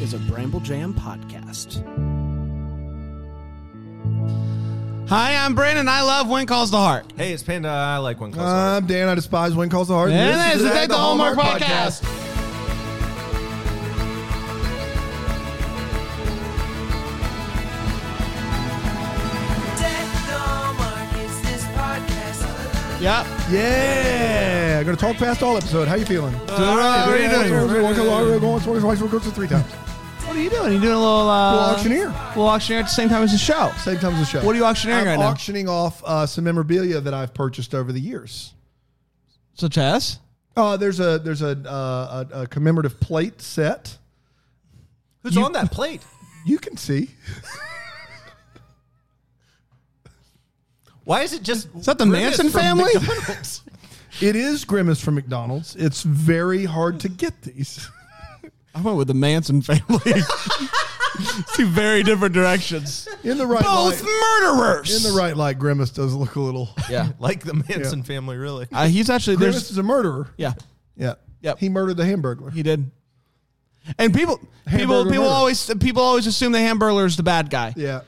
is a Bramble Jam podcast. Hi, I'm Brandon. I love When Calls the Heart. Hey, it's Panda. I like one close. Uh, I'm Dan. I despise when calls the heart. And This this is Thank the Hallmark, podcast. Deck the Mark is this podcast. Yep. Yeah, gonna talk past all episode. How you feeling? Uh, how are you doing? One call, all right, once, twice, twice, once, three times. What are you doing? You doing a little, uh, Little auctioneer. little auctioneer at the same time as the show. Same time as the show. What are you auctioneering I'm right now? auctioning off uh, some memorabilia that I've purchased over the years. Such as Uh, there's a there's a, uh, a, a commemorative plate set. Who's on that plate? You can see. Why is it just? Is that the Manson family? It is Grimace from McDonald's. It's very hard to get these. I went with the Manson family. Two very different directions. In the right Both light. In murderers. the right light, Grimace does look a little. Yeah. like the Manson family, really? Uh, he's actually Grimace there's is a murderer. yeah Yeah. Yep. He murdered the Hamburglar. he did. And people people Hamburger people murder. always people always assume the hamburger is the bad guy, yeah.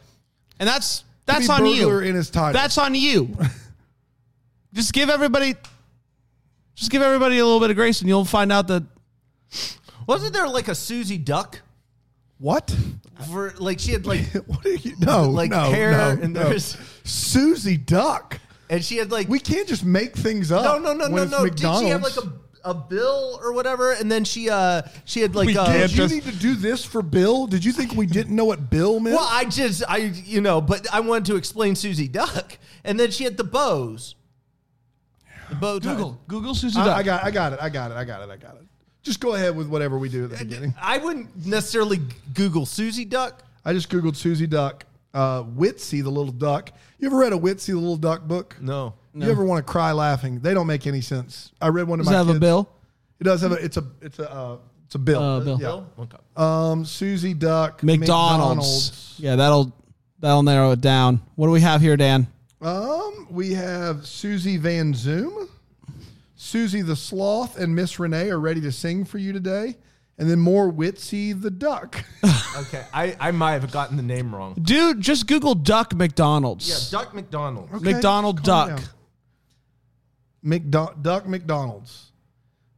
and that's Could be that's on you. burglar in his title. That's on you. just give everybody, just give everybody a little bit of grace, and you'll find out that Wasn't there like a Susie Duck? what? For like she had like What are you? No, like no, hair no, and no. there's Susie Duck. and she had like We can't just make things up. no no no when no it's no. Did she have McDonald's. like a a bill or whatever? And then she uh she had like We uh, did. Did you need to do this for Bill? Did you think we didn't know what Bill meant? well I just I you know but I wanted to explain Susie Duck and then she had the bows. The bow tie. Google Google Susie I, Duck. I got, I got it, I got it, I got it, I got it. Just go ahead with whatever we do at the beginning. I wouldn't necessarily Google Susie Duck. I just googled Susie Duck, uh, Whitsy the Little Duck. You ever read a Whitsy the Little Duck book? No. You ever want to cry laughing? They don't make any sense. I read one of Does my that have a kids- bill? It does have a. It's a. It's a. Uh, it's a bill. Uh, bill. Yeah. Bill? Okay. Um, Susie Duck. McDonald's. Yeah, that'll that'll narrow it down. What do we have here, Dan? McDonald's. Um, we have Susie Van Zoom, Susie the Sloth, and Miss Renee are ready to sing for you today, and then more Witsy the Duck. Okay, I, I might have gotten the name wrong. Dude, just Google Duck McDonald's. Yeah, Duck McDonald. Okay, McDonald just calm Duck. down. McDo- duck McDonald's.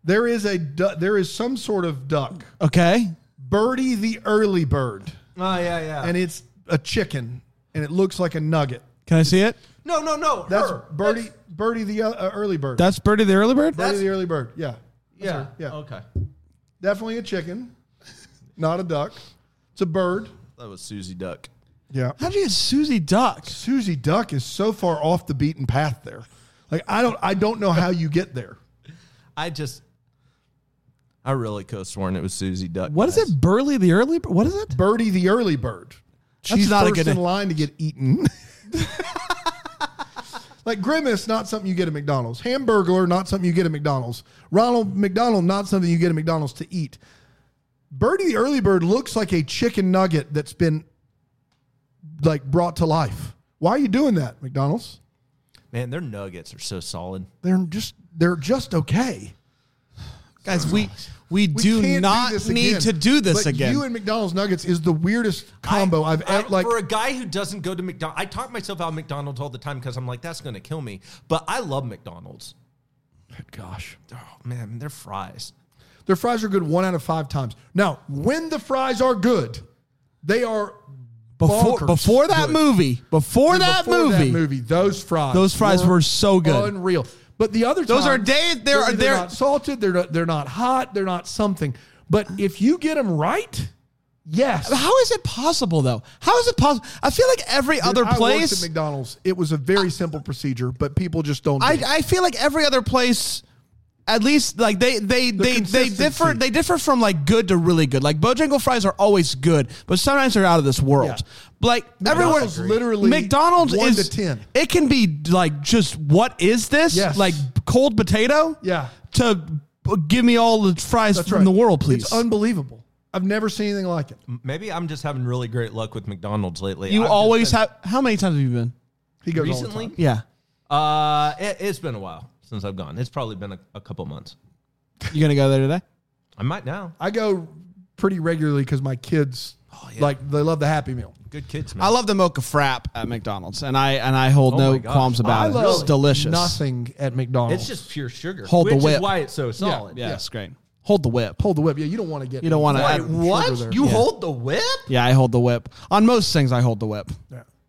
There is a du- there is some sort of duck. Okay. Birdie the early bird, Oh yeah, yeah. and it's a chicken, and it looks like a nugget. Can I see it? no, no, no. That's her. Birdie That's- Birdie the uh, early bird. That's Birdie the early bird. Birdie that's- the early bird. Yeah. yeah, yeah. Okay. Definitely a chicken, not a duck. It's a bird. That was Susie Duck. Yeah. How'd you get Susie Duck? Susie Duck is so far off the beaten path there. Like I don't I don't know how you get there. I just, I really could have sworn it was Susie Duck. What is it? Burley the early bird? What is it? Birdie the early bird. That's She's not a first good in name. line to get eaten. like Grimace, not something you get at McDonald's. Hamburglar, not something you get at McDonald's. Ronald McDonald, not something you get at McDonald's to eat. Birdie the early bird looks like a chicken nugget that's been like brought to life. Why are you doing that, McDonald's? Man, their nuggets are so solid. They're just they're just okay. Guys, we we, We do can't not this need again. to do this But again. You and McDonald's nuggets is the weirdest combo I, have I- ever like. for a guy who doesn't go to McDonald's. I talk myself out of McDonald's all the time because I'm like, that's gonna kill me. But I love McDonald's. gosh, Oh man, their fries. Their fries are good one out of five times. Now, when the fries are good, they are before bonkers before that good. movie, before, that, Before movie, Those fries, Those fries were so good. unreal. But the other Those are times, day- they're- either they're- not salted. They're not, they're not hot. They're not something. But if you get them right, yes. How is it possible though? How is it possible? I feel like every other I worked place, at McDonald's. It was a very simple procedure, but people just don't. do I, it. I feel like every other place, at least like they they they, they consistency. differ they differ from like good to really good. Like Bojangle fries are always good, but sometimes they're out of this world. Yeah. Like McDonald's everywhere, literally McDonald's one is to 10. It can be like just what is this? Yes. Like cold potato. Yeah. To b- give me all the fries That's from right. the world, please. It's unbelievable. I've never seen anything like it. M- Maybe I'm just having really great luck with McDonald's lately. you I've just always been- have. How many times have you been? He goes all the recently. time. Yeah. Uh, it, it's been a while since I've gone. It's probably been a, a couple months. You gonna go there today? I might now. I go pretty regularly because my kids Oh, like they love the Happy Meal. Good kids, man. I love the mocha frap at McDonald's, and I and I hold my no gosh. qualms about I it. love it's delicious. Nothing at it's McDonald's. just pure sugar. Hold the which whip. Is why it's so solid. Yeah, it's great. Hold the whip. hold the whip. Yeah, you don't want to get. You don't want Wait, to. sugar there. what? You Yeah. hold the whip? Yeah, I hold the whip on most things. I hold the whip.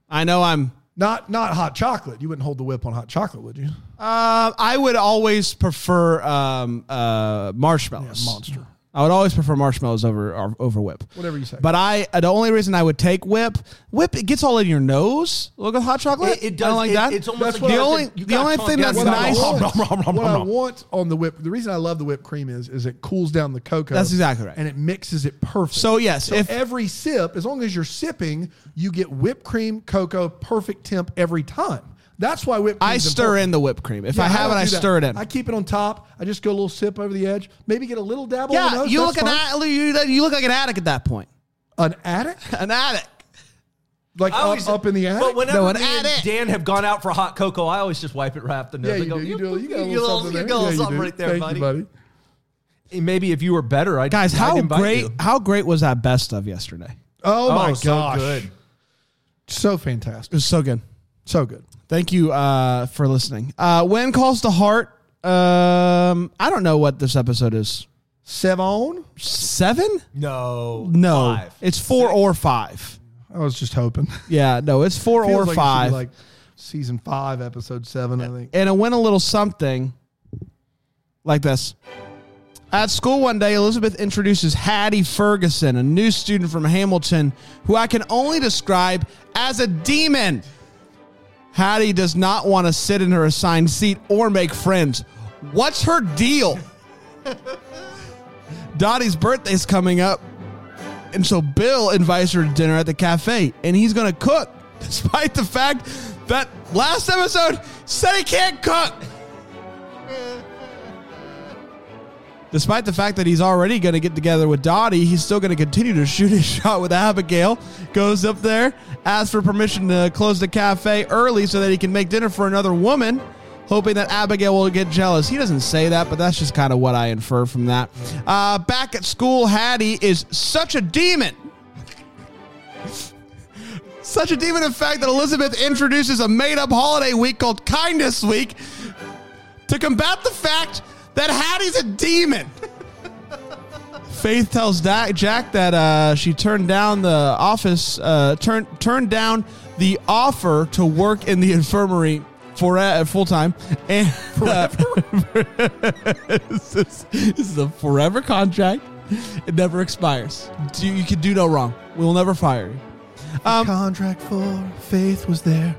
I know I'm. Not not hot chocolate. You wouldn't hold the whip on hot chocolate, would you? Uh, I would always prefer um, uh, marshmallows. monster. I would always prefer marshmallows over or- over whip. Whatever you say. But I uh, the only reason I would take whip whip it gets all in your nose. Look at hot chocolate. It- it I don't does. like It- that. it's almost That's like the what I only think- you the got only tongue thing down that's your what I nice. mouth. want- what I want on the whip. The reason I love the whipped cream is is it cools down the cocoa. That's exactly right. And it mixes it perfect. So yes, So if every sip, as long as you're sipping, you get whipped cream, cocoa, perfect temp every time. That's why whipped. I stir in the whipped cream, if I have it, I stir it in. I keep it on top. I just go a little sip over the edge. Maybe get a little dabble. on the yeah, nose, you that's look an fine. ad, you, you look like an addict at that point. an addict, An addict. like I up, always- up in the attic. But whenever No, an me and attic. Dan have gone out for hot cocoa, I always just wipe it right up the nose. yeah, I you go, do. You do. You got a you little something you there. got a Yeah, little you something do. right there, Thank buddy. You, buddy. Maybe if you were better, I'd Guys, I'd how invite great you. how great was that best of yesterday? Oh, my so gosh, good. so It fantastic, was so good. so good. Thank you uh, for listening. Uh, when calls to heart. Um, I don't know what this episode is. Sevon, Seven? No, No, five. it's four or five. I was just hoping. Yeah, no, it's four Feels or like it should be five. like season five, episode seven. I think. and it went a little something like this. At school one day, Elizabeth introduces Hattie Ferguson, a new student from Hamilton, who I can only describe as a demon. Hattie does not want to sit in her assigned seat or make friends. What's her deal? Dottie's birthday's coming up, and so Bill invites her to dinner at the cafe, and he's going to cook, despite the fact that last episode said he can't cook. Despite the fact that he's already going to get together with Dottie, he's still going to continue to shoot his shot with Abigail. Goes up there, asks for permission to close the cafe early so that he can make dinner for another woman, hoping that Abigail will get jealous. He doesn't say that, but that's just kind of what I infer from that. Uh, back at school, Hattie is such a demon. Such a demon, in fact, that Elizabeth introduces a made up holiday week called Kindness Week to combat the fact that Hattie's a demon. Faith tells Da- Jack that uh, she turned down the office, uh, turned turned down the offer to work in the infirmary for uh, full time and forever. this, is, this is a forever contract. It never expires. Do, you can do no wrong. We will never fire you. Um, Contract for faith was there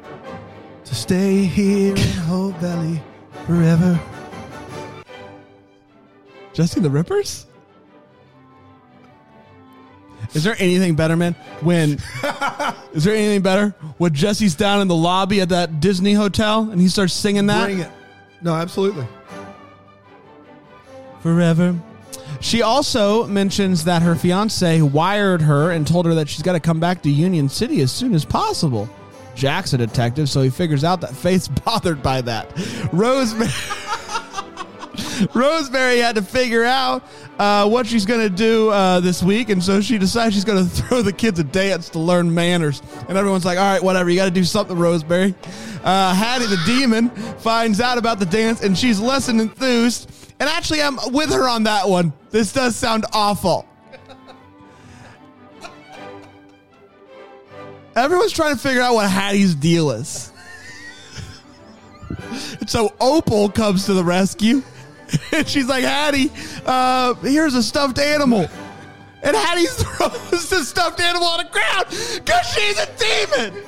to stay here in Hope Valley forever. Jesse the Rippers? Is there anything better, man? When is there anything better? When Jesse's down in the lobby at that Disney hotel and he starts singing that Bring it. No, absolutely. forever. She also mentions that her fiance wired her and told her that she's got to come back to Union City as soon as possible. Jack's a detective, so he figures out that Faith's bothered by that. Rosemary. Rosemary had to figure out uh, what she's going to do uh, this week, and so she decides she's going to throw the kids a dance to learn manners. And everyone's like, "All right, whatever. You got to do something, Rosemary." Uh, Hattie the demon finds out about the dance, and she's less than enthused. And actually, I'm with her on that one. This does sound awful. Everyone's trying to figure out what Hattie's deal is. So Opal comes to the rescue. And she's like, Hattie, uh, here's a stuffed animal. And Hattie throws the stuffed animal on the ground because she's a demon.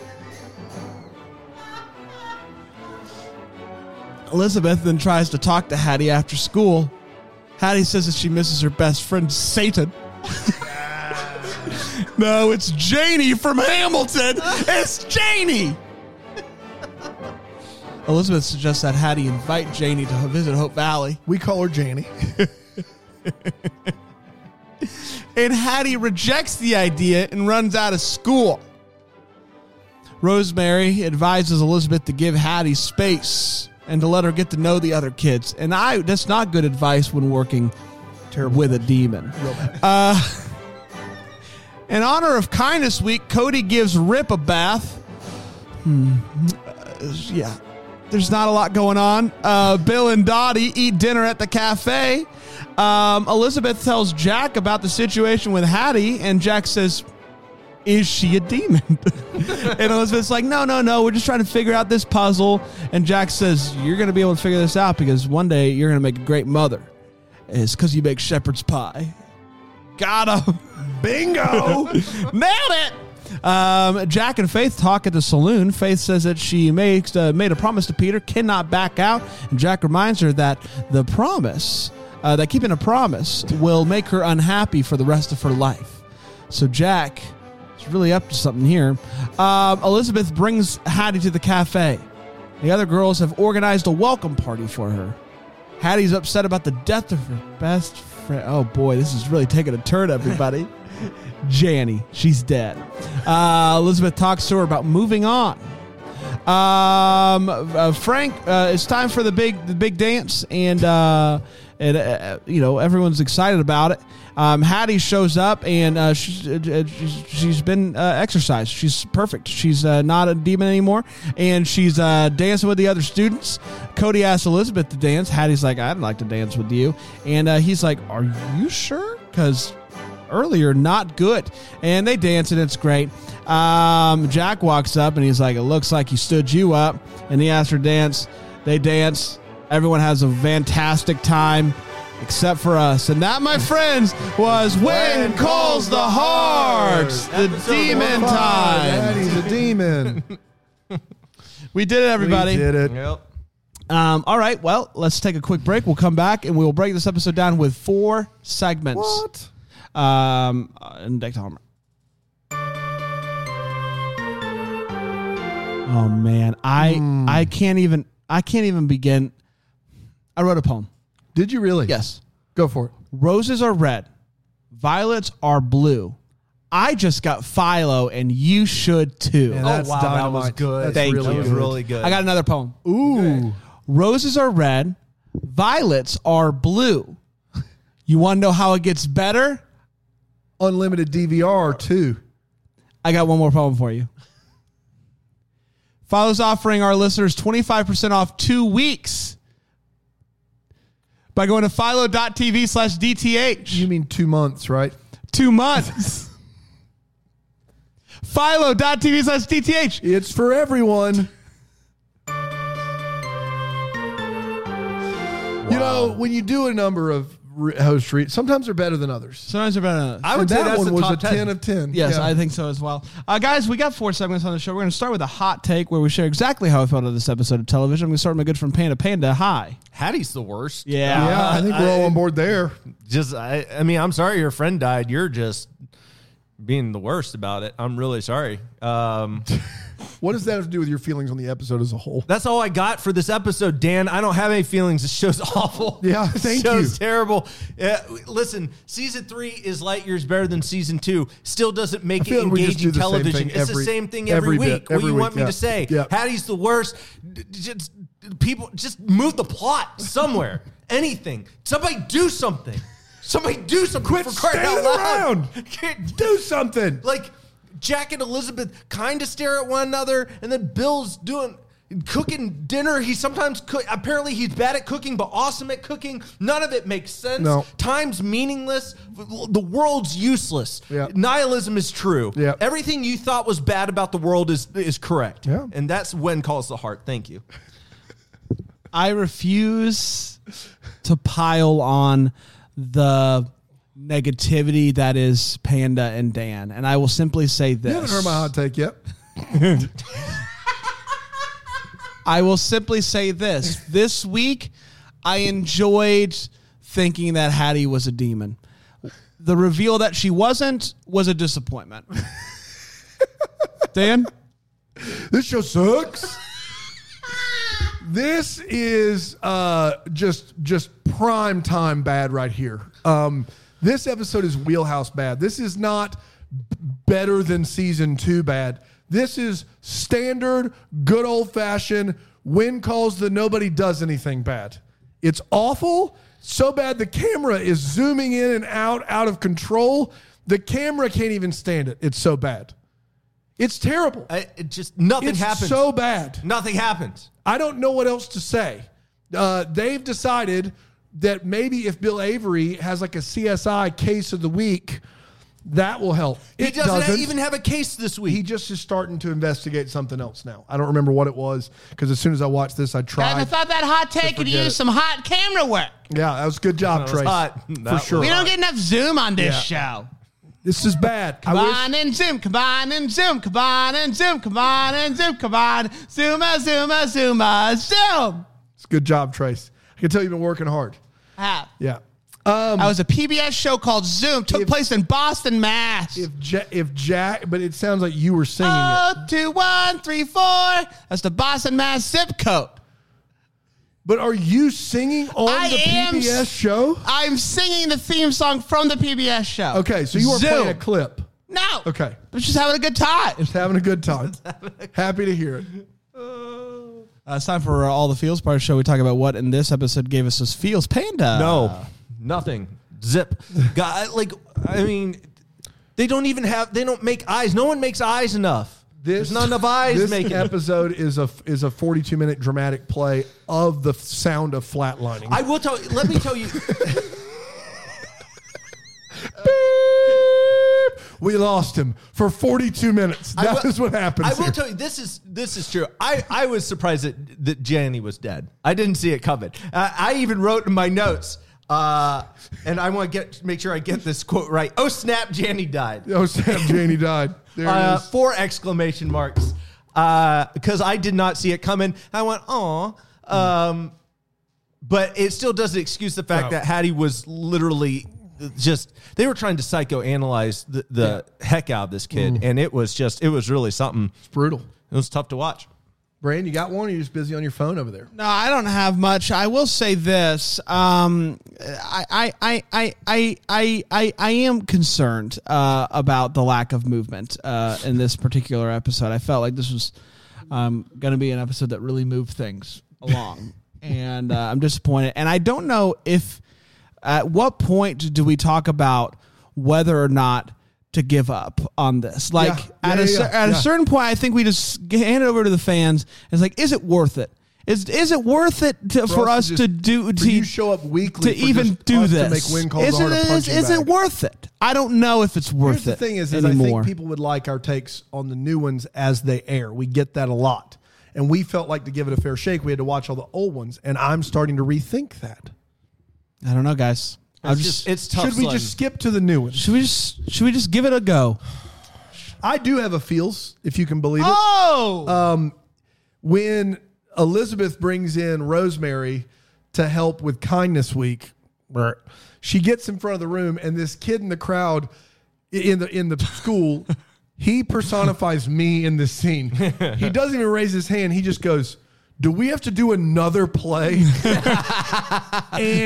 Elizabeth then tries to talk to Hattie after school. Hattie says that she misses her best friend, Satan. no, it's Janie from Hamilton. It's Janie. Elizabeth suggests that Hattie invite Janie to visit Hope Valley. We call her Janie. and Hattie rejects the idea and runs out of school. Rosemary advises Elizabeth to give Hattie space and to let her get to know the other kids. And I that's not good advice when working with a demon. Uh, In honor of Kindness Week, Cody gives Rip a bath. Hmm. Uh, yeah. There's not a lot going on. Uh, Bill and Dottie eat dinner at the cafe. Um, Elizabeth tells Jack about the situation with Hattie, and Jack says, Is she a demon? and Elizabeth's like, No, no, no. We're just trying to figure out this puzzle. And Jack says, You're going to be able to figure this out because one day you're going to make a great mother. It's because you make shepherd's pie. Got him. Bingo. Nailed it. Um, Jack and Faith talk at the saloon. Faith says that she makes, uh, made a promise to Peter, cannot back out. And Jack reminds her that the promise, uh, that keeping a promise, will make her unhappy for the rest of her life. So Jack is really up to something here. Um, Elizabeth brings Hattie to the cafe. The other girls have organized a welcome party for her. Hattie's upset about the death of her best friend. Oh boy, this is really taking a turn, everybody. Janny, she's dead. Uh, Elizabeth talks to her about moving on. Um, uh, Frank, uh, it's time for the big the big dance, and uh, and uh, you know everyone's excited about it. Um, Hattie shows up, and uh, she's, uh, she's she's been uh, exercised. She's perfect. She's uh, not a demon anymore, and she's uh, dancing with the other students. Cody asks Elizabeth to dance. Hattie's like, "I'd like to dance with you," and uh, he's like, "Are you sure?" Because earlier not good and they dance and it's great um, jack walks up and he's like it looks like he stood you up and he asks her to dance they dance everyone has a fantastic time except for us and that my friends was when calls the hearts the demon Fine, time He's a demon. we did it everybody We did it. Yep. Um, all right well let's take a quick break we'll come back and we'll break this episode down with four segments What? um, and Decked Homer. Oh man, I I can't even I can't even begin. I wrote a poem. Did you really? Yes, Go for it. roses are red, violets are blue. I just got Philo, and you should too. Man, Oh That's wow, that was dynamite. good. That's Thank really you. That was good. really good. I got another poem. Ooh. Roses are red, violets are blue. You want to know how it gets better? Unlimited DVR too. I got one more problem for you. Father's offering our listeners 25% off two weeks by going to philo.tv slash You DTH. mean two months, right? Two months. philo.tv slash DTH. It's for everyone. You know, when you do a number of re- host reads, sometimes they're better than others. Sometimes they're better than us. I would And say that that's one the was top a 10. of 10. Yes, Yeah. I think so as well. Uh, guys, we got four segments on the show. We're going to start with a hot take where we share exactly how I felt on this episode of television. I'm going to start with my good friend Panda Panda. Hi. Hattie's the worst. Yeah. yeah, I think we're all on board there. Just I, I mean, I'm sorry your friend died. You're just being the worst about it. I'm really sorry. Um, What does that have to do with your feelings on the episode as a whole? that's all I got for this episode, Dan. I don't have any feelings. This show's awful. Yeah, This thank show's you. terrible. Uh, listen, season three is light years better than season two. Still doesn't make it feel like we just engaging do the same television. thing it's the every- same thing every, every bit, week. what do every you week, want me yeah. to say? Yeah. Hattie's the worst. D- d- Just people, just move the plot somewhere. Anything. Somebody do something. Somebody do something. Quit for crying out standing loud. Do something. like Jack and Elizabeth kind of stare at one another, and then Bill's doing cooking dinner. He sometimes cook. Apparently, he's bad at cooking, but awesome at cooking. None of it makes sense. No. Time's meaningless. The world's useless. Yeah. Nihilism is true. Yeah. Everything you thought was bad about the world is is correct. Yeah. And that's when calls the heart. Thank you. I refuse to pile on the negativity that is Panda and Dan. And I will simply say this. You haven't heard my hot take yet. I will simply say this. This week, I enjoyed thinking that Hattie was a demon. The reveal that she wasn't was a disappointment. Dan? This show sucks. this is uh, just just prime time bad right here. Um, this episode is wheelhouse bad. This is not b- better than season two bad. This is standard, good old fashioned. Win calls the nobody does anything bad. It's awful. So bad the camera is zooming in and out, out of control. The camera can't even stand it. It's so bad. It's terrible. I, it just nothing it's happens. so bad. nothing happens. I don't know what else to say. Uh, they've decided that maybe if Bill Avery has like a CSI case of the week, that will help. He It doesn't, even have a case this week. He just is starting to investigate something else now. I don't remember what it was because as soon as I watched this, I I tried. thought that hot take could forget use it. some hot camera work. yeah, that was a good job, It's Trace. hot. For That sure. We don't get enough zoom on this show. This is bad. I wish- Combine and zoom, combine and zoom, combine and zoom, combine and zoom, combine, zooma, zooma, zooma, zoom. it's good job, Trace. I can tell you've been working hard. Ah, Yeah. Um, that was a PBS show called Zoom. Took If- place in Boston, Mass. If ja- if Jack, but it sounds like you were singing it. Oh, two, one, three, four. That's the Boston, Mass zip code. But are you singing on I the am s- PBS show? I'm singing the theme song from the PBS show. Okay, so you are Zoom. playing a clip. No. Okay. I'm just having a good time. Just having a good time. Happy to hear it. Uh, it's time for uh, all the feels part of the show. We talk about what in this episode gave us as feels. Panda. No, Uh, nothing. Zip. God, like I mean, they don't even have. They don't make eyes. No one makes eyes enough. There's not enough eyes This making. episode is a is a 42 minute dramatic play of the f- sound of flatlining. I will tell. Let me tell you. we lost him for 42 minutes. I That is will- what happens. I will here. tell you this is this is true. I, I was surprised that that Janny was dead. I didn't see it coming. Uh, I even wrote in my notes, uh, and I want to get make sure I get this quote right. Oh snap! Janny died. Oh, Sam Janie died. There uh, it is. four exclamation marks because I did not see it coming. I went, "Aw," um, but it still doesn't excuse the fact No. that Hattie was literally just they were trying to psychoanalyze the, the heck out of this kid, and it was just it was really something. brutal. It was tough to watch. Brand, you got one? Or you're just busy on your phone over there. No, I don't have much. I will say this. Um, I, I, I, I, I, I, I am concerned uh, about the lack of movement uh, in this particular episode. I felt like this was um, going to be an episode that really moved things along, and uh, I'm disappointed. And I don't know if at what point do we talk about whether or not to give up on this? Like Yeah, at yeah, a cer- yeah, at a yeah. certain certain point, I think we just g- hand it over to the fans. It's like, is it worth it? Is is it worth it to, for, us, to to just- do for to you show up weekly to for even just do us to this? make win calls is hard it to is, punch you is it back. worth it? I don't know if it's worth Here's the it. thing is, is I anymore. think people would like our takes on the new ones as they air. We get that a lot. And we felt like to give it a fair shake, we had to watch all the old ones. And I'm starting to rethink that. I don't know, guys. I'm It's just, just it's tough. Should we sledding. just skip to the new ones? should we just should we just give it a go? I do have a feels, if you can believe it. Oh, Uh, Uh, When Elizabeth brings in Rosemary to help with Kindness Week, brr, she gets in front of the room, and this kid in the crowd i- in the in the school, he personifies me in this scene. He doesn't even raise his hand. He just goes. Do we have to do another play? and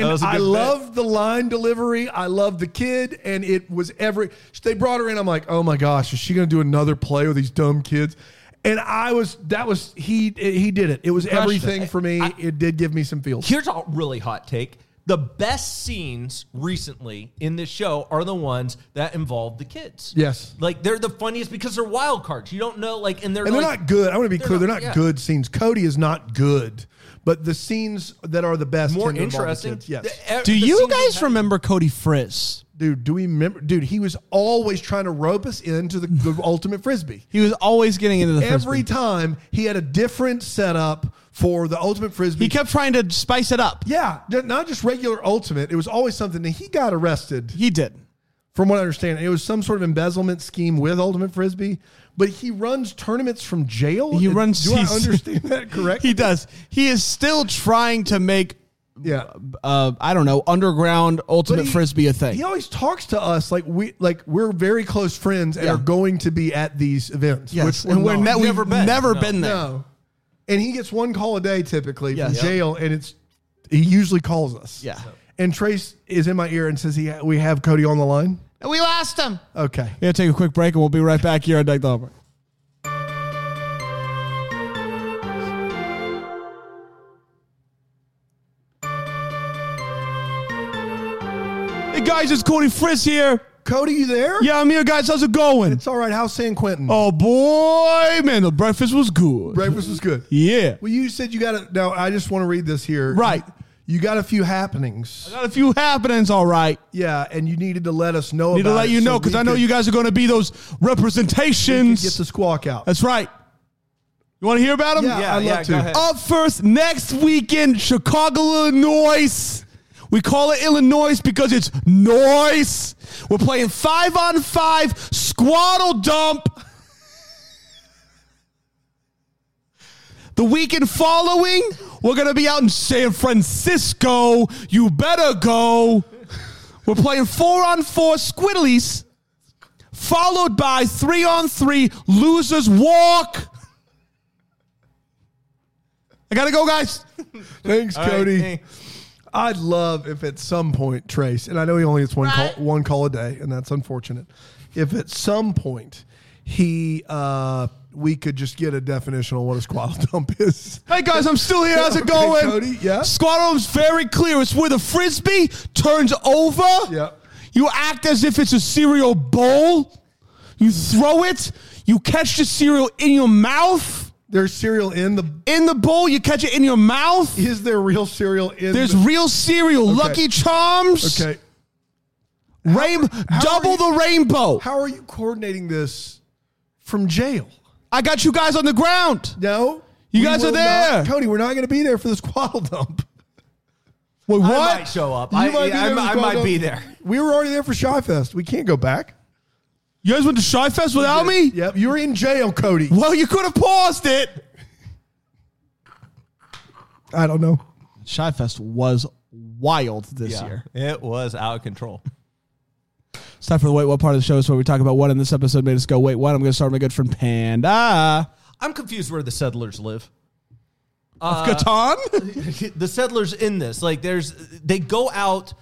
was a I good bit. love the line delivery. I love the kid, and it was every. They brought her in. I'm like, oh my gosh, is she going to do another play with these dumb kids? And I was. That was he. He did it. It was everything for me. it did give me some feels. Here's a really hot take. The best scenes recently in this show are the ones that involve the kids. Yes. Like they're the funniest because they're wild cards. You don't know, like, and they're, And they're like- not good. I want to be clear. They're not yeah. good scenes. Cody is not good, but the scenes that are the best, more tend to involve the interesting. kids. Yes, The- e Do the you scenes guys that- remember Cody Frizz? dude. Do we remember? Dude, he was always trying to rope us into the, the ultimate frisbee. He was always getting into the every frisbee. time he had a different setup for the ultimate frisbee. He kept trying to spice it up. yeah, d- not just regular ultimate. It was always something that he got arrested. He did. From what I understand, it was some sort of embezzlement scheme with ultimate frisbee. But he runs tournaments from jail. He It- runs. Do I he's- understand that correctly? He does. He is still trying to make Yeah. uh, I don't know, underground But ultimate he- frisbee a thing. He always talks to us like we like we're very close friends and Yeah. are going to be at these events. yes, we're and we're not. ne- we've never been, there. No. And he gets one call a day typically Yes. from jail, and it's he usually calls us. Yeah. And Trace is in my ear and says he we have Cody on the line. we lost him. Okay. We're gonna take a quick break, and we'll be right back here on Deck the Hallmark. Hey guys, it's Cody Frizz here. Cody, you there? Yeah, I'm here, guys. How's it going? It's all right. How's San Quentin? Oh boy, man, the breakfast was good. breakfast was good. Yeah. Well, you said you got it. Now, I just want to read this here. Right. You got a few happenings. Got a few happenings, all right. Yeah, and you needed to let us know Need about to let it you so know because we I know could- you guys are going to be those we could representations. Get the squawk out. That's right. You want to hear about them? Yeah, I'd love yeah, to. go ahead. Up first next weekend, Chicago, Illinois. We call it Illinois because it's noise. We're playing five on five squaddle dump. The weekend following, we're going to be out in San Francisco. You better go. We're playing four on four squiddlies, followed by three on three losers walk. I gotta go, guys. Thanks, All right, Cody. hey. I'd love if at some point Trace, and I know he only gets one call, one call a day, and that's unfortunate. If at some point he, uh, we could just get a definition on what a squad dump is. Hey guys, I'm still here. How's it Okay, going? Cody, yeah. Squaddle's very clear. It's where the frisbee turns over. Yeah. You act as if it's a cereal bowl. You throw it. You catch the cereal in your mouth. There's cereal in the. In the bowl, you catch it in your mouth. Is there real cereal in? There's the, real cereal, Lucky Charms, okay. rain, how double are you- the rainbow. How are you coordinating this from jail? I got you guys on the ground. No, You we guys are will there. not- Cody. We're not going to be there for the squad dump. Wait, what? I might show up. You I might be I- there I with might be Ronaldo. there. We were already there for Shy Fest. We can't go back. You guys went to Shy Fest without me? Yep, you're in jail, Cody. Well, you could have paused it. I don't know. Shy Fest was wild this year. It was out of control. It's time for the Wait What part of the show is where we talk about what in this episode made us go, wait, what? I'm going to start with my good friend Panda. I'm confused where the settlers live. Catan? the settlers in this like there's they go out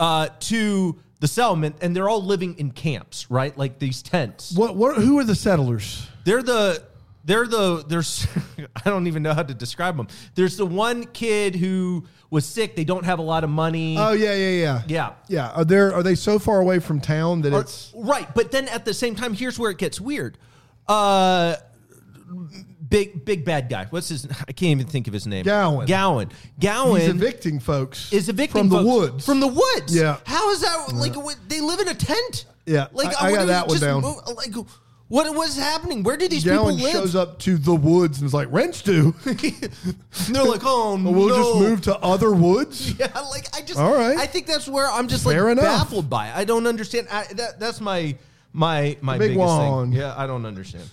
uh, to the settlement and they're all living in camps right like these tents What? What? Who are the settlers? they're the they're the there's i don't even know how to describe them there's the one kid who was sick they don't have a lot of money Oh yeah, yeah, yeah, Yeah. yeah. Are there? Are they so far away from town that Or- it's? right but then at the same time here's where it gets weird uh big big bad guy what's his i can't even think of his name Gowan. gowan gowan He's evicting folks. is evicting from the folks. woods. From the woods. Yeah. How is that like? What, they live in a tent. Yeah, Like I- I what got do you that one just down. move- like what was happening? Where did these Gowan people live? shows up to the woods and is like, "Rents due. And they're like, oh no. we'll just move to other woods." Yeah, like I just. All right. I think that's where I'm just Fair like enough. baffled by. It. I don't understand. I, that that's my my my Big biggest one. thing. Yeah, I don't understand.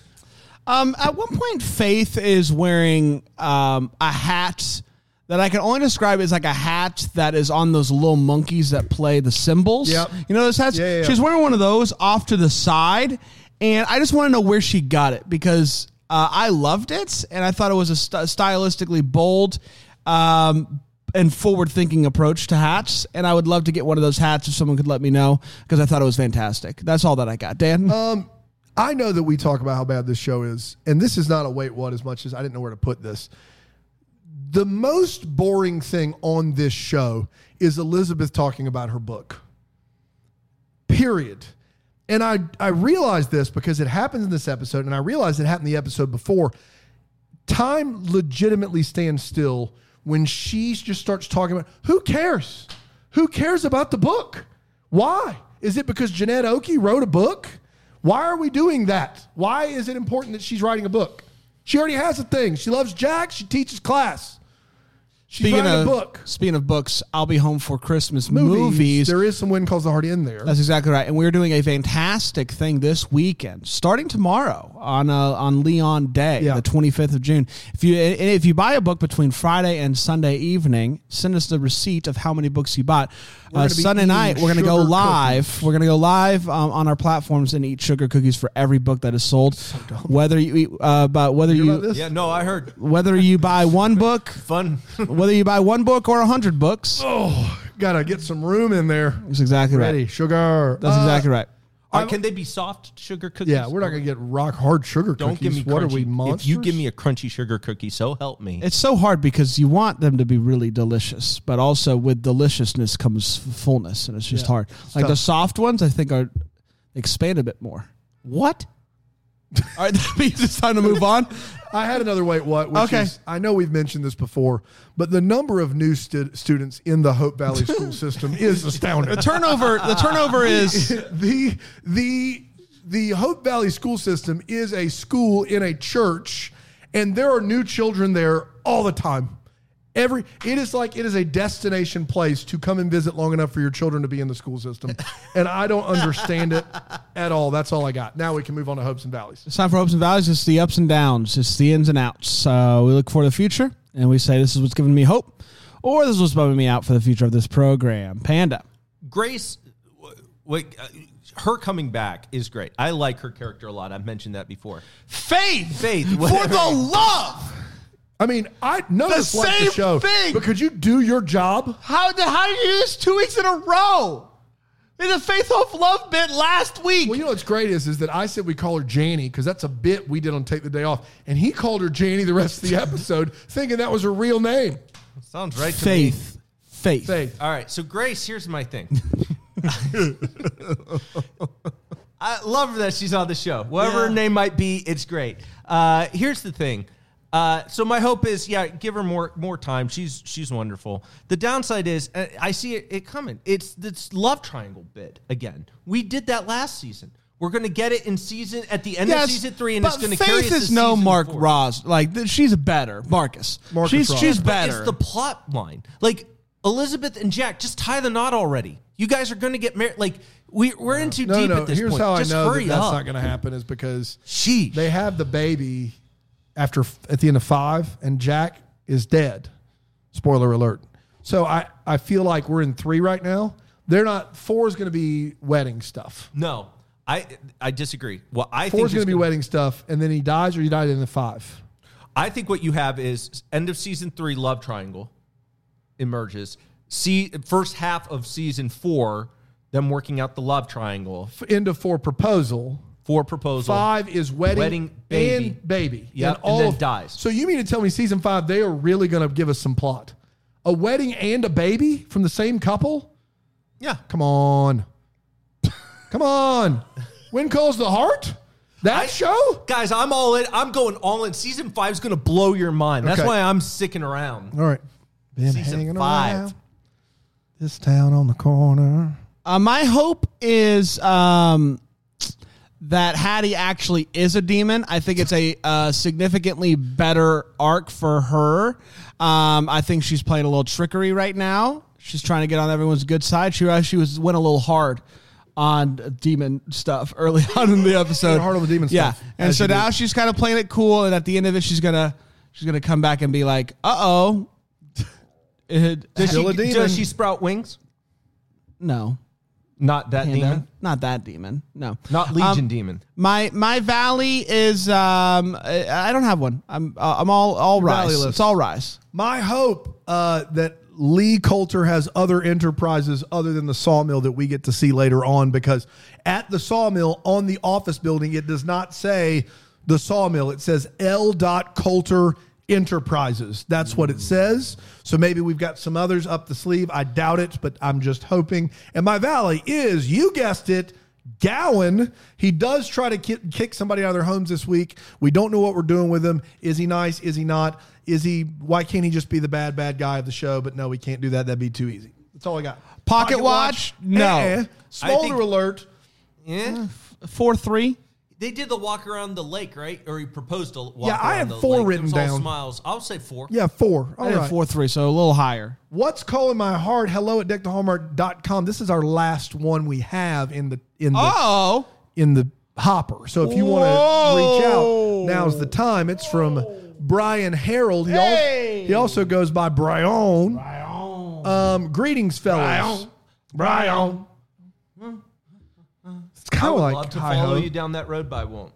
Um, at one point, Faith is wearing um, a hat that I can only describe as like a hat that is on those little monkeys that play the cymbals. Yep. You know those hats? Yeah, yeah, yeah. She's wearing one of those off to the side. And I just want to know where she got it because uh, I loved it and I thought it was a st- stylistically bold um, and forward thinking approach to hats. And I would love to get one of those hats if someone could let me know because I thought it was fantastic. That's all that I got. Oh, Dan? I know that we talk about how bad this show is, and this is not a wait what as much as I didn't know where to put this. The most boring thing on this show is Elizabeth talking about her book. Period. And I I realized this because it happens in this episode, and I realized it happened the episode before. Time legitimately stands still when she just starts talking about who cares? Who cares about the book? Why? Is it because Jeanette Oki wrote a book? Why are we doing that? Why is it important that she's writing a book? She already has a thing. She loves Jack. She teaches class. She's writing of, a book. Speaking of books, I'll be home for Christmas Movies. movies. There is some wind calls the heart in there. That's exactly right. And we're doing a fantastic thing this weekend, starting tomorrow on uh, on Leon Day, Yeah. the 25th of June. If you and if you buy a book between Friday and Sunday evening, send us the receipt of how many books you bought. Uh, gonna be Sunday eating night, we're going to go sugar live. We're going to go live um, on our platforms and eat sugar cookies for every book that is sold. whether you eat, uh, but whether you, about this? Yeah, no, I heard whether you buy one book, fun. whether you buy one book or a hundred books, Oh, Gotta get some room in there. that's exactly right. Ready, sugar. That's Uh, exactly right. Are, can they be soft sugar cookies? Yeah, we're not gonna get rock hard sugar Don't cookies. give me what crunchy. are we monsters? If you give me a crunchy sugar cookie, so help me. It's so hard because you want them to be really delicious, but also with deliciousness comes f- fullness, and it's just hard. Like the tough. soft ones, I think are expand a bit more. What? All right, that means it's time to move on. I had another wait what? Which Okay. Is, I know we've mentioned this before, but the number of new stu- students in the Hope Valley school system is astounding. The turnover. The turnover is the the the Hope Valley school system is a school in a church, and there are new children there all the time. Every it is like it is a destination place to come and visit long enough for your children to be in the school system, and I don't understand it at all. That's all I got. Now we can move on to hopes and valleys. it's time for hopes and values. It's the ups and downs. It's the ins and outs. So we look for the future, and we say this is what's giving me hope, or this is what's bumming me out for the future of this program. Panda. Grace, w- wait, uh, her coming back is great. I like her character a lot. I've mentioned that before. Faith, Faith, for whatever. the love. I mean, I none of The us like the same show, thing. but could you do your job? How did how did you do this two weeks in a row? Did the faith, hope, love bit last week. Well, you know what's great is is that I said we call her Janny because that's a bit we did on Take the Day Off, and he called her Janny the rest of the episode, thinking that was her real name. Sounds right to me. Faith. Faith. Faith. All right, so Grace, here's my thing. I love that she's on the show. Whatever her name might be, it's great. Uh, here's the thing. Uh, so my hope is, yeah, give her more more time. She's she's wonderful. The downside is, uh, I see it, it coming. It's this love triangle bit again. We did that last season. We're gonna get it in season at the end of season three, and but it's gonna Faith carry us to is no season Mark four. Ross. Like th- she's better, Marcus. Marcus she's Ross. she's But better. It's the plot line. Like Elizabeth and Jack, just tie the knot already. You guys are going to get married. Like we we're in too No, deep no. at this Here's point. how I just know that hurry that's up. not going to happen is because Sheesh. they have the baby after at the end of five, and Jack is dead. Spoiler alert. So I I feel like we're in three right now. They're not four is going to be wedding stuff. no, I I disagree. Well, I Four think is going to is be gonna- wedding stuff, and then he dies or he died in the five. I think what you have is end of season three love triangle emerges. See first half of season four, them working out the love triangle F- End of four proposal. for proposal. Five is wedding, Wedding, baby. and baby. Yep, and then dies. So you mean to tell me season five, they are really going to give us some plot? A wedding and a baby from the same couple? Yeah. Come on. Come on. When calls the heart? That I- show? Guys, I'm all in. I'm going all in. Season five's going to blow your mind. That's Okay. why I'm sticking around. All right. Been Season hanging five. around this town on the corner. Uh, my hope is um, that Hattie actually is a demon. I think it's a uh, significantly better arc for her. Um, I think she's playing a little trickery right now. She's trying to get on everyone's good side. She she was went a little hard on demon stuff early on in the episode. hard on the demon yeah. stuff, and as so you do. now she's kind of playing it cool. And at the end of it, she's gonna she's gonna come back and be like, "Uh oh." Does Still she, a demon. does she sprout wings? no. Not that Panda. demon. Not that demon. No. Not Legion Um, Demon. My my valley is um I I don't have one. I'm uh, I'm all all rice. valueless. It's all rice. My hope uh, that Lee Coulter has other enterprises other than the sawmill that we get to see later on because at the sawmill on the office building, it does not say the sawmill. It says L. dot Coulter Enterprises. That's what it says. So maybe we've got some others up the sleeve. I doubt it, but I'm just hoping. And my valley is, you guessed it, Gowan, he does try to kick, kick somebody out of their homes this week. We don't know what we're doing with him. Is he nice? Is he not? Is he? Why can't he just be the bad bad guy of the show? But no, we can't do that. That'd be too easy. That's all I got. Pocket watch? No. Eh-eh. Smolder I think- eh. alert. Yeah. Four three. They did the walk around the lake, right? Or he proposed a walk Yeah, I around had the four lake. It written was All down. smiles. I'll say four. Yeah, Eh, four. All I did right. four three, so a little higher. What's calling my heart? Hello at deckthehallmark.com. This is our last one we have in the in the Oh. in the hopper. So if you want to reach out, now's the time. It's from Brian Harold. He, al- he also goes by Brian. Brian. Um, greetings, fellas. Brian. It's I kind of would like love to hi-ho. follow you down that road, but I won't.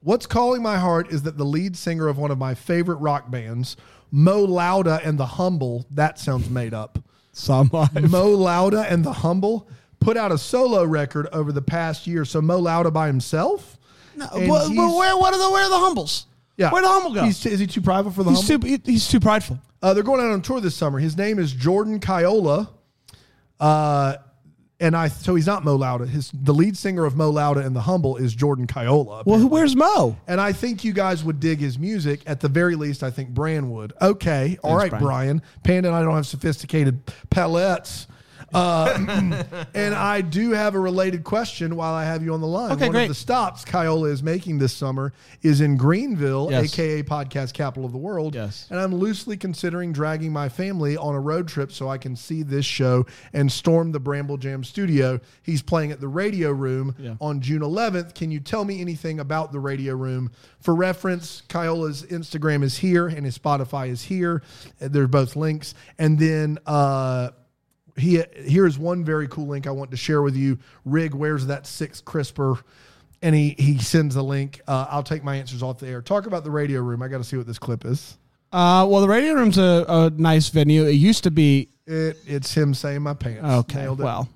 What's calling my heart is that the lead singer of one of my favorite rock bands, Mo Lauda and the Humble, that sounds made up. Some Mo Lauda and the Humble put out a solo record over the past year. So Mo Lauda by himself. No, Well, well, where what are the where are the humbles? Yeah, where the humble go? He's, is he too prideful for the He's humble? too he- he's too prideful. Uh, they're going out on tour this summer. His name is Jordan Kiola. Uh, and I so he's not Mo Lauda. His the lead singer of Mo Lauda and the Humble is Jordan Kiola. Well, who, where's Mo? and I think you guys would dig his music. At the very least, I think Bran would. Okay, all right, Brian. Panda and I don't have sophisticated palettes. Uh, and I do have a related question while I have you on the line. Okay, One great. of the stops Kiola is making this summer is in Greenville, Yes. aka podcast capital of the world. Yes. And I'm loosely considering dragging my family on a road trip so I can see this show and storm the Bramble Jam studio. He's playing at the Radio Room on June 11th. Can you tell me anything about the Radio Room? For reference, Kyola's Instagram is here and his Spotify is here. Uh, They're both links. And then, uh, he here is one very cool link I want to share with you. Rig, where's that six crisper? And he he sends the link. Uh, I'll take my answers off the air. Talk about the radio room. I got to see what this clip is. Uh, well, the Radio Room's a, a nice venue. It used to be It it's him saying my pants. okay. Nailed it. Well,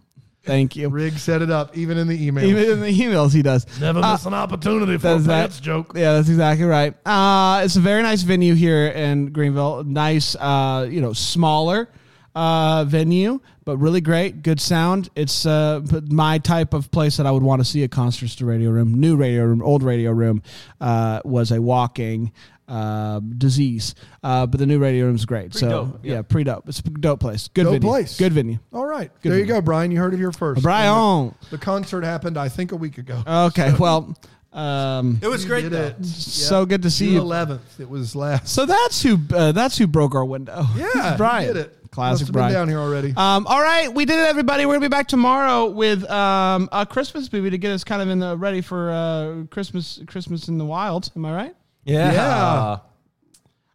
thank you. Rig set it up even in the email. Even in the emails, he does. Never miss an opportunity for Does that Yeah, that's exactly right. Uh, it's a very nice venue here in Greenville. Nice, uh, you know, smaller uh, venue, but really great, good sound. It's uh, but my type of place that I would want to see a concert. is The radio room, new radio room, old radio room uh, was a walking. Uh, disease, uh, but the new radio room's great. so dope, yeah. yeah. pretty dope. It's a dope place. Good Dope venue. place. Good venue. All right, Good there you video. go, Brian. You heard it here first. Brian. Oh, The concert happened, I think, a week ago. Okay. Well, um, It was great Did though. it. so good to see June you. 11th. It was last. So that's who uh, that's who broke our window. Yeah, Brian. he did it. Classic Must have been Brian. down here already. Um, all right, we did it, everybody. We're gonna be back tomorrow with um, a Christmas movie to get us kind of in the ready for uh, Christmas. Christmas in the wild. Am I right? Yeah.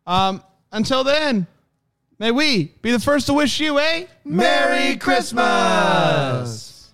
Yeah. Um, until then, may we be the first to wish you a Merry Christmas.